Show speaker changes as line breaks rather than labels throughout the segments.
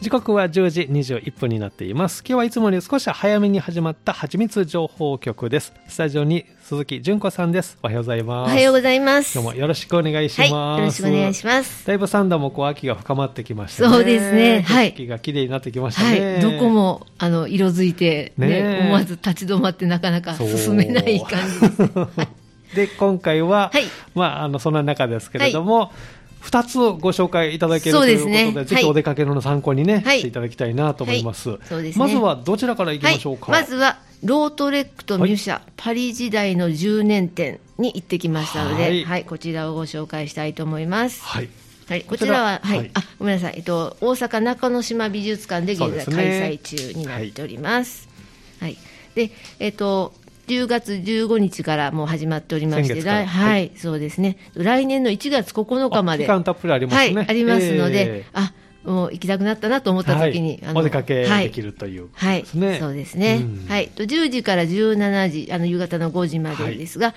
時刻は10時21分になっています今日はいつもより少し早めに始まったはちみつ情報局ですスタジオに鈴木純子さんですおはようござい
お
ます
はようございます。
今日もよろしくお願いし
はい、
ます、
よろしくお願いします。
だいぶ三段もこう秋が深まってきましたね
そうですねはい
景色が綺麗になってきました
は
ね、
い、どこもあの色づいて、ね
ねえ
思わず立ち止まってなかなか進めない感じ です。
で今回は、
はい
まあ、あのそんな中ですけれども、二2つをご紹介いただける
そ
と
う
い
で
うこ
す
とで
ね
ぜひ
はい
お出かけの参考にね、
はい
していただきたいなと思います,、
はいそうですね
まずはどちらからいきましょうか、
はい、まずはロートレックとミュシャ、パリ時代の10年展に行ってきましたので、
は
はいい、こちらをご紹介したいと思います。
はい
はい、こちらは、
こちら
はい、
はい
あ、ごめんなさい、えっと、大阪中之島美術館で現在
そう
開
ですね
催中になっております。はい、で、えっと、10月15日からもう始まっておりまし
先
て、
月から
来はい、そうですね。来年の1月9日ま
あ
で。
期間たっぷりありますね
はい、ありますの
え
で、あ、もう行きたくなったなと思った時に、
はい
あの
お出かけ
はい
できるということ
はい、
ですね、
そうですね、
うん
はい、と10時から17時、あの夕方の5時までですが、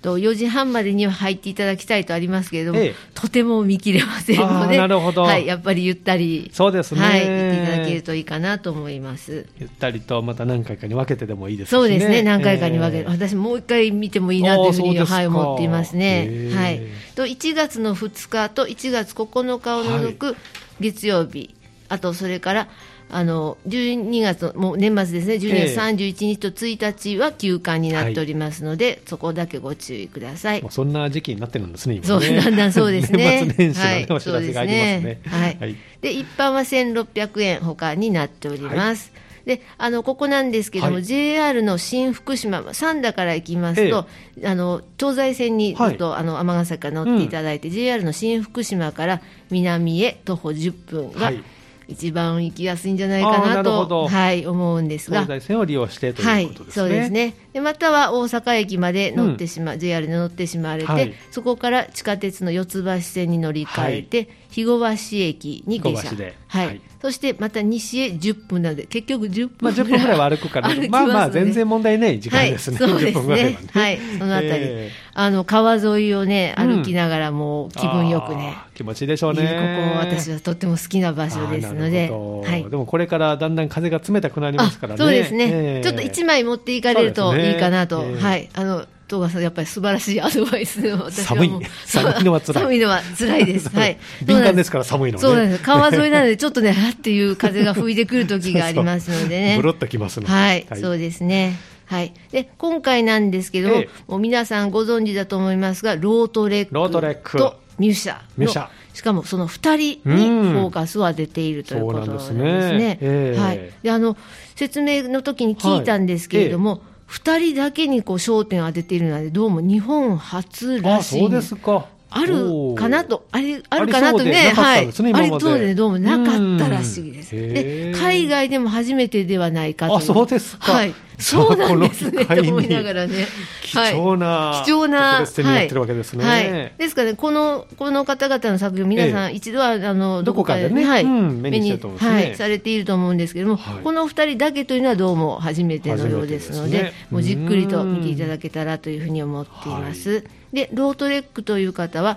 と4時半までには入っていただきたいとありますけれども、
ええ
とても見切れませんの
あー
で、
なるほど
はい、やっぱりゆったり、
そうですね
はい、行っていただけるといいかなと思います。
ゆったりとまた何回かに分けてでもいいですしね
そうですね、何回かに分け
え
て、
ー
私、もう一回見てもいいなというふう
あーそう
に、
ですか
はい、思っています
へ
ね
ー。
はい、と1月の2日と1月9日を除く月曜日、あとそれからあの12月の、もう年末ですね、12月31日と1日は休館になっておりますので、そこだけご注意ください
もう。そんな時期になってるんですね今ね
そう、だんだんそうですね。
年末年始のね、
はい
お知らせがありますね
そうですはい。で、一般は1600円ほかになっております。で、あの、ここなんですけども、
はい
JR の新福島、三田から行きますと、あの、東西線にずっと、あの、尼崎から乗っていただいて、JR の新福島から南へ徒歩10分が、
はい
一番行きやすいんじゃない
あー
か
な
な
るほど
と、はい、思うんですが
東。西線を利用してと
は
いう
い
こと、ですね、
そうですねでまたは大阪駅まで乗ってしま、JR に乗ってしまわれて、
はい
そこから地下鉄の四つ橋線に乗り換えて、日後橋駅に下
日後
車
橋で
はい
はい
そしてまた西へ10分なので結局10分
まあ、10分ぐらいは歩くから、
歩き
まあまあ
すので
全然問題ない時間ですね、
はい、そうで
10分
す
ぐらい
ね
はね。
はいそのあたり、
え
あの川沿いをね
うん
歩きながらもう気分よくね、
あー気持ちいいでしょう
いい
ね
ここ私はとっても好きな場所ですの
あーなる
で
ほど
はい
でもこれからだんだん風が冷たくなりますからね
あそうです
え
ね、
え
ちょっと1枚 持っていかれるといいかなと、
そうですねええ
はい、あの東川さん、やっぱり素晴らしいアドバイスを私はもう
寒い寒いのは辛い
寒いのは辛いです、はい、
敏感ですから寒いのね
そうなんです、川沿いなので、ちょっとね、 はっていう風が吹いてくる時がありますのでね、
ブロッときますので
はい、そううですね。はい、で今回なんですけども、
ええ
もう皆さんご存知だと思いますがロートレック
ロートレック
とミュシャの
ミュシャ
しかもその2人にフォーカスを当てているということなんです
そうなんですね
ね。
ええ
はい、であの説明の時に聞いたんですけれども、2人だけにこう焦点を当てているのでどうも日本初ら
あ
しい
そうんで
です
すか
あるかなと、ありあるか
あ
な
りそ
と
う
ね
でな、かったんですね今
はい、あ
ま
り
で
そうでどうもなかったらしいです。
うんへ
で
ー、
海外でも初めてではないかとい
あそうですか
はい、
じゃあ
そうなんですね、
ことの機会に
思いながらね。はい
貴重な
貴重な
特別展になってるわけですね、
はいはいですからね、このこの方々の作品、皆さん、一度はあの
どこかでね
はい
うん目にしてると思うんですね
はい、されていると思うんですけれども、
はい
この二人だけというのは、どうも初めてのようですので、
初めてですね
もうじっくりと見ていただけたらというふうに思っています。でロートレックという方は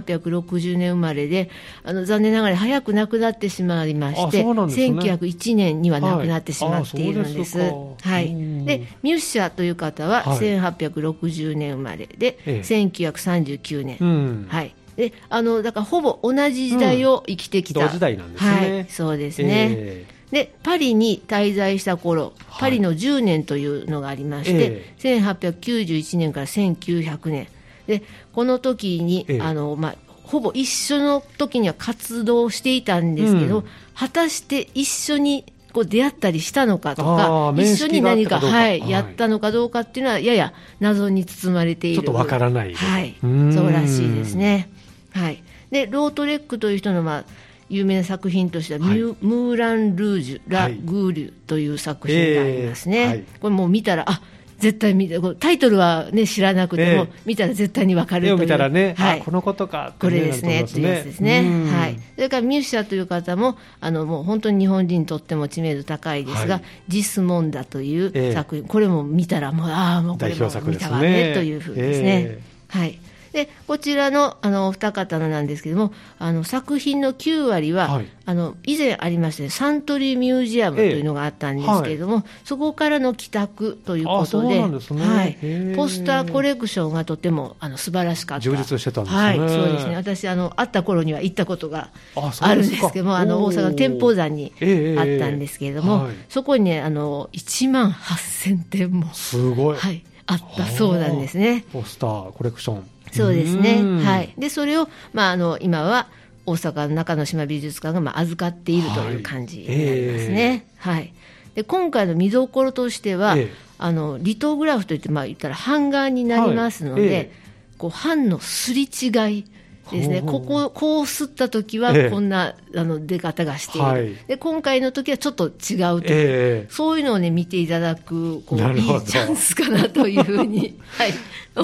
1860年生まれであの残念ながら早く亡くなってしまいまして、
あそうなんですね
1901年には亡くなってしまっているんです。
は
はい
あ
い
そうですかうん
でミュッシャーという方は
はい
1860年生まれで、
ええ
1939年、
うん
はいであのだからほぼ同じ時代を生きてきた、
同時代なんですね
はい、そうですね、
ええ
でパリに滞在した頃
はい
パリの10年というのがありまして、
え
1891年から1900年でこの時に、
ええ
あのまあ、ほぼ一緒の時には活動していたんですけど、
うん
果たして一緒にこう出会ったりしたのかと
あ
か
ー
一緒に何か
面識があったかどうか
は
はい
い、やったのかどうかっていうのはやや謎に包まれている
ちょっとわからない
はい、
うん
そうらしいですね。はい、でロートレックという人の、まあ、有名な作品として
は
は、
い
ミュムーラン・ルージュ・ラ・
はい
グーリュという作品がありますね、
えーはい
これもう見たらあ絶対見てこうタイトルは、ね、知らなくても、
ええ
見たら絶対にわかるとい
絵
う
を見たらね、
は
あ
い
こ、のことかって
こ
ね
れですね
な
っ
ん
て
と
いう
思
やつですね
うん
はい、それからミュッシャーという方もあのもう本当に日本人にとっても知名度高いですが「
はい
ジスモンダ」とい
ええ
う作品、これも見たらもうああもうこれ
代表
も
作で
見
すね
たわねというふうにですね、
え
はいででこちらのあのお二方のなんですけどもあの作品の9割は、
はい
あの以前ありましたねサントリーミュージアムというのがあったんですけれども、そこからの帰宅というこ
あそ
と
う
で
なんですね
は
へー
い、ポスターコレクションがとてもあの素晴らしかった
充実してたんですね
はい、そうですね私あの会った頃には行ったことが
あそう
ある
で
ん
す
で
か
すけどもあの
お
大
ー
阪の天保山にあ
ええええ
ったんですけれども、
はい
そこにねあの1万8000点も、
すごい、
はい、あったそうなんですね。
ポスターコレクション
そうですね
うん、
はい、でそれを、まあ、あの今は大阪の中之島美術館が、まあ、預かっているという感じになりますね。はいで今回の見どころとしては、
ええ
あのリトグラフといって、まあ、言ったら版画になりますので、
はいええ
こう版のすり違いですね、
ほう
こここうすった時は
ええ
こんな、あの出方がしている、
はい
で今回の時はちょっと違うという
ええ
そういうのを、ね、見ていただくこうい
なる
い
ほど
チャンスかなというふうに、 はい、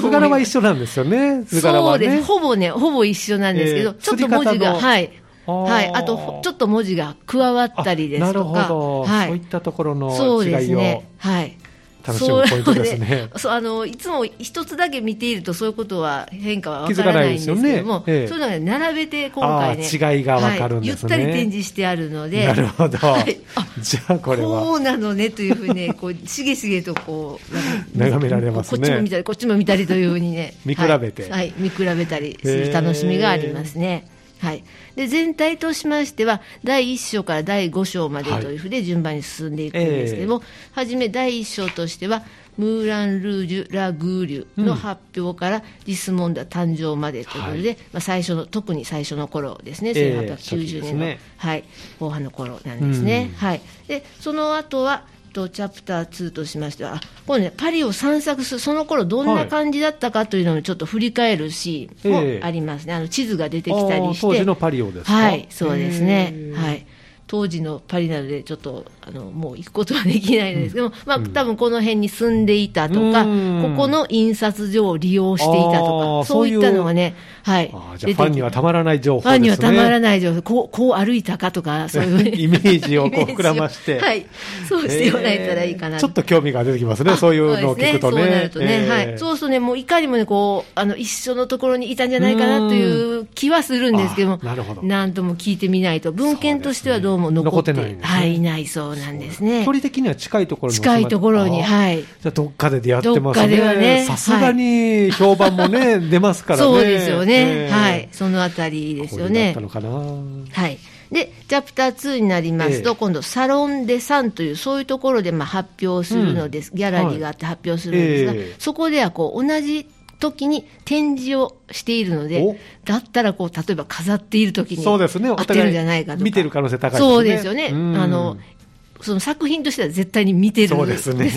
図柄は一緒なんですよね図柄
そ
は
うです
ね
ほぼねほぼ一緒なんですけど、
えー
ちょっと文
刷
字
り方の
がはい
あー
はいあとちょっと文字が加わったりです
あなる
と
ほ
か
ど、
は
そういったところの
そうで
違
す
いを、
ねはい
楽しむポイントですね
そうなのそうあのいつも一つだけ見ているとそういうことは変化はわからないんですけ
気づかないです
ど
よね
も、
ええ
そういうのが、ね、並べて今回ね
あー違いがわかるんですね
はいゆったり展示してあるので
なるほど、
はい、あ
じゃあこれ
こ
は
うなのねというふうにね、こ うしげしげとこうなんか
眺められますね
こっちも見たりこっちも見たりというふうにね
見比べて
はい、はい見比べたりする楽しみがありますね。はい、で全体としましては第1章から第5章まで
はい
というふうで順番に進んでいくんですけども、はじめ第1章としては「ムーラン・ルージュ・ラ・グーリュ」の発表から「ディスモンダ誕生」までということで、
は
まあ、最初の特に最初の頃ですね
ええ初期
1890
です
年の、
ね
はい、後半の頃なんですね。はい、でその後はとチャプター2としましては、あこれね、パリを散策する、その頃どんな感じだったかというのをちょっと振り返るシーンもありますね、あの地図が出てきた
あ
り
ー
して、
当時のパリをですか
はい、そうですね
へ、ー
はい、当時のパリなので、ちょっとあのもう行くことはできないんですけども、まあ多分この辺に住んでいたとか、
うん
ここの印刷所を利用してい
あ
たと
ー
か、そういったのがね、はい
あー、じゃあ
出
ファンに
て
はたまらない情報
フ
ですね
ァンにはたまらない情報、こうこう歩いたかとか、そうい う
イメージをこう
イメージを
膨らまして
はい、そうしてもらえたらいいか
え
な
ー
と
ちょっと興味が出てきますねそういうのを聞くとね
そうなるとね、
えー
はい、そうするとね、もういかにもね、こう、あの、一緒のところにいたんじゃないかなという気はするんですけど
う
も
んあなるほど、
なんとも聞いてみないと、文献としてはどうも残って,、
そうですね残ってないんですね
はい、いないそうなんですね
距。離的には近いところに
近いところに、
収まっ
はい。
じゃあどっかで出会ってます
どっかでは
ね
ね
さすがに評判もね、出ますからね
そうですよね。
えー
はい。そのあたりですよね。
これだったのかな
はい、でチャプター2になりますと、
ええ
今度、サロン・デ・サンという、そういうところでまあ発表するのです、ギャラリーがあって発表するんですが、
ええ
そこではこう同じ時に展示をしているの
お
で、だったらこう例えば飾っている時に
そうですねお
当
互い
てるんじゃないかとか
見てる可能性高いですね
そうですよね。
うん
あのその作品としては絶対に見てる
そうです ね。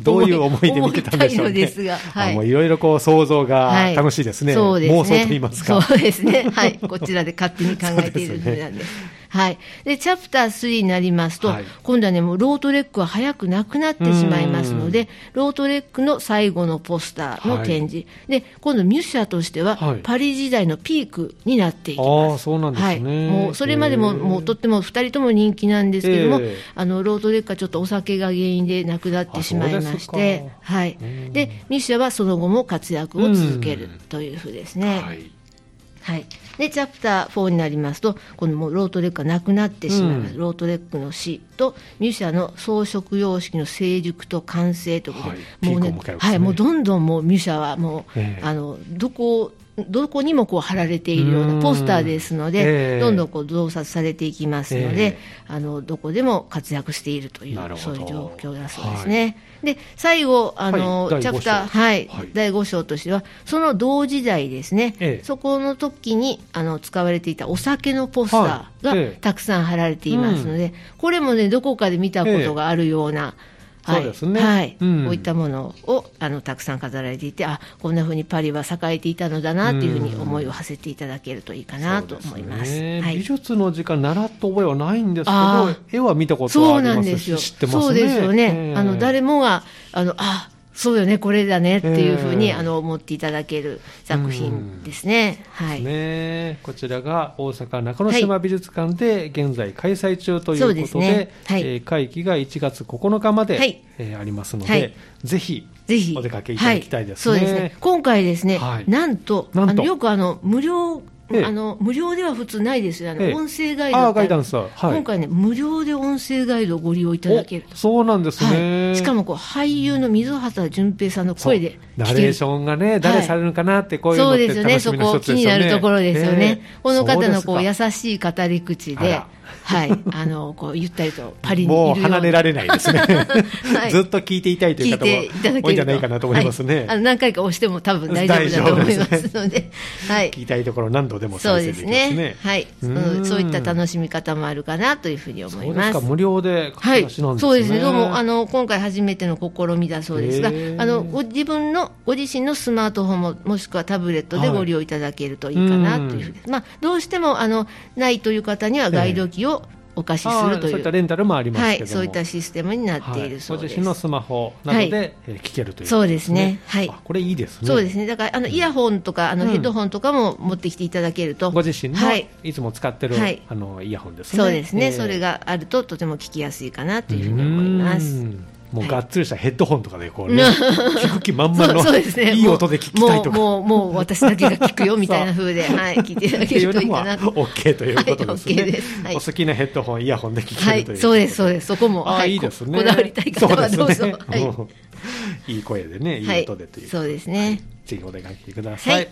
どういう思いで見てたんでしょうね。
思いたいのですが、は
あ
い
もういろいろこう想像
は
が
い
楽しいですね。
そうですね。
妄想と言いますか。
そうですね。 はい。こちらで勝手に考えているふうなんです。はい。で、チャプター3になりますと、
はい
今度はね、もうロートレックは早くなくなってしまいますので、ロートレックの最後のポスターの展示。で、今度ミュッシャーとしては、
はい
パリ時代のピークになっていきます。
ああ、そうなんですね。
はい、もうそれまで
へ
も
ー
もうとっても2人とも人気なんですけども、
ええ
あのロードレッカーちょっとお酒が原因で亡くなってしまいまし
あそうです
て
か、
はい、でミュシャはその後も活躍を続けるというふうですね。
はい
はい、でチャプター4になりますとこのもうロートレックがなくなってしまいます、
うん
ロートレックの死とミュシャの装飾様式の成熟と完成とい
はい
うことで、もう
ピークを迎えますね
はい、もうどんどんもうミュシャはもう、
ええ
あのどこどこにもこう貼られているよう
うん
なポスターですの
え
で、
え
どんどんこう増刷されていきますので、
ええ
あのどこでも活躍しているとい
なる
う
ほ
そ
ど
ういう状況だそうですね。で最後あの、
はい第
チャ
五
プター
章
はい、
はい
第5章としてはその同時代ですね、
ええ
そこの時にあの使われていたお酒のポスター
はい
が
ええ
たくさん貼られていますので、これもねどこかで見たことがあるような、
ええ
はい
そうですね
はい
うん
こういったものをあのたくさん飾られていてあこんなふうにパリは栄えていたのだなっていうふうに思いを馳せていただけるといいかなと思います。
そうでね
はい
美術の時間習った覚えはないんですけど、
あ
絵は見たこと
そ
はあ
う
り
な
ま
ん
す
ですよ。
し、知ってますね。
そうですよね。
ええ
あの誰もがあのあそうよね、これだねっていうふうに、
えー
あの思っていただける作品ですね。はい、
ね、こちらが大阪中之島美術館で現在開催中とい
そう
う
で
こ
す
とで
ねはい
えー会期が1月9日まで、
はい
えーありますので、
はい
ぜひ
ぜひ
お出かけいただきたいですね。
はい、そうですね今回ですね、
はい
なんと
なんと
あのよくあの無料、
ええ
あの無料では普通ないですよあの、
ええ
音声ガイドって
あーガイダンスは、はい、
今回ね無料で音声ガイドをご利用いただける
おそうなんですね、
はい、しかもこう俳優の水畑純平さんの声で
そうナ
聞
レ
け
ー
る
ションがね誰されるのかなってこういうの
そ
っ
う
て
ですよね、
楽し
そ
みの
こ
一つ
気
です
に
よね
なるところですよね、
えー
この方のこ
そうで
優
すか
しい語り口
あ
で
ら、
はい、あのこうゆったりとパリにいるよ
も
う
う
に
離れられない ですね、
い
ずっと聞いていたいという
聞い
方
ていた
も
だけると
多いんじゃないかなと思いますね、
はいあの何回か押しても多分大丈夫だと思いますので、 はい、
聞きたいところ何度でも
そう
再生で
で
き
す
ますね
ね、はい、
う
そ
ん
のそういった楽しみ方もあるかなというふうに思
そう
い
で
ますす
か。無料で
は
貸し
い、
出しなんですね、
そうですね、どうもあの今回初めての試みだそうですが、
へー
あのご自分のご自身のスマートフォンも、もしくはタブレットで
はい
ご利用いただけるといいかなというふうに、まあ、どうしてもあのないという方にはガイド機をお貸しす
あ
る
ー
とい
そういっ
う、
たレンタルもあります
は
けど
い、
も
そういったシステムになっているそう
はい、ご自
です。
身のスマホなどで、
はい
えー聞けるということ
そうですねはい
あこれいいですね
そうですねだからあのイヤホンとかあの
うん
ヘッドホンとかも持ってきていただけると、
ご自身の、
はい
い、つも使ってる、
はい
あのイヤホンですね
そうですね、
えー
それがあるととても聞きやすいかなというふうに思います
う。んもうがっつりしたヘッドホンとかでこうね、 聞く気満々
そう
の、
そうですね。
いい音で聞きたいとか、
もう、もう、もうもう私だけが聞くよみたいな風で、はい、聞いていただ
って
け
いう
ると
の
いい
も
かなと。
OK ということですね、
はい OK ですはい
お好きなヘッドホン、イヤホンで聞
は
ける
い
ということ、、
そうです、そうです。そこも、
あ
は
あ、
い、
いいですね。
ここだわりたい方は
そ
どうぞ。
ですね
はい
うんいい声でね、いい
はい
音でという。
そうですね。
ぜひお出かけくださ
はいい。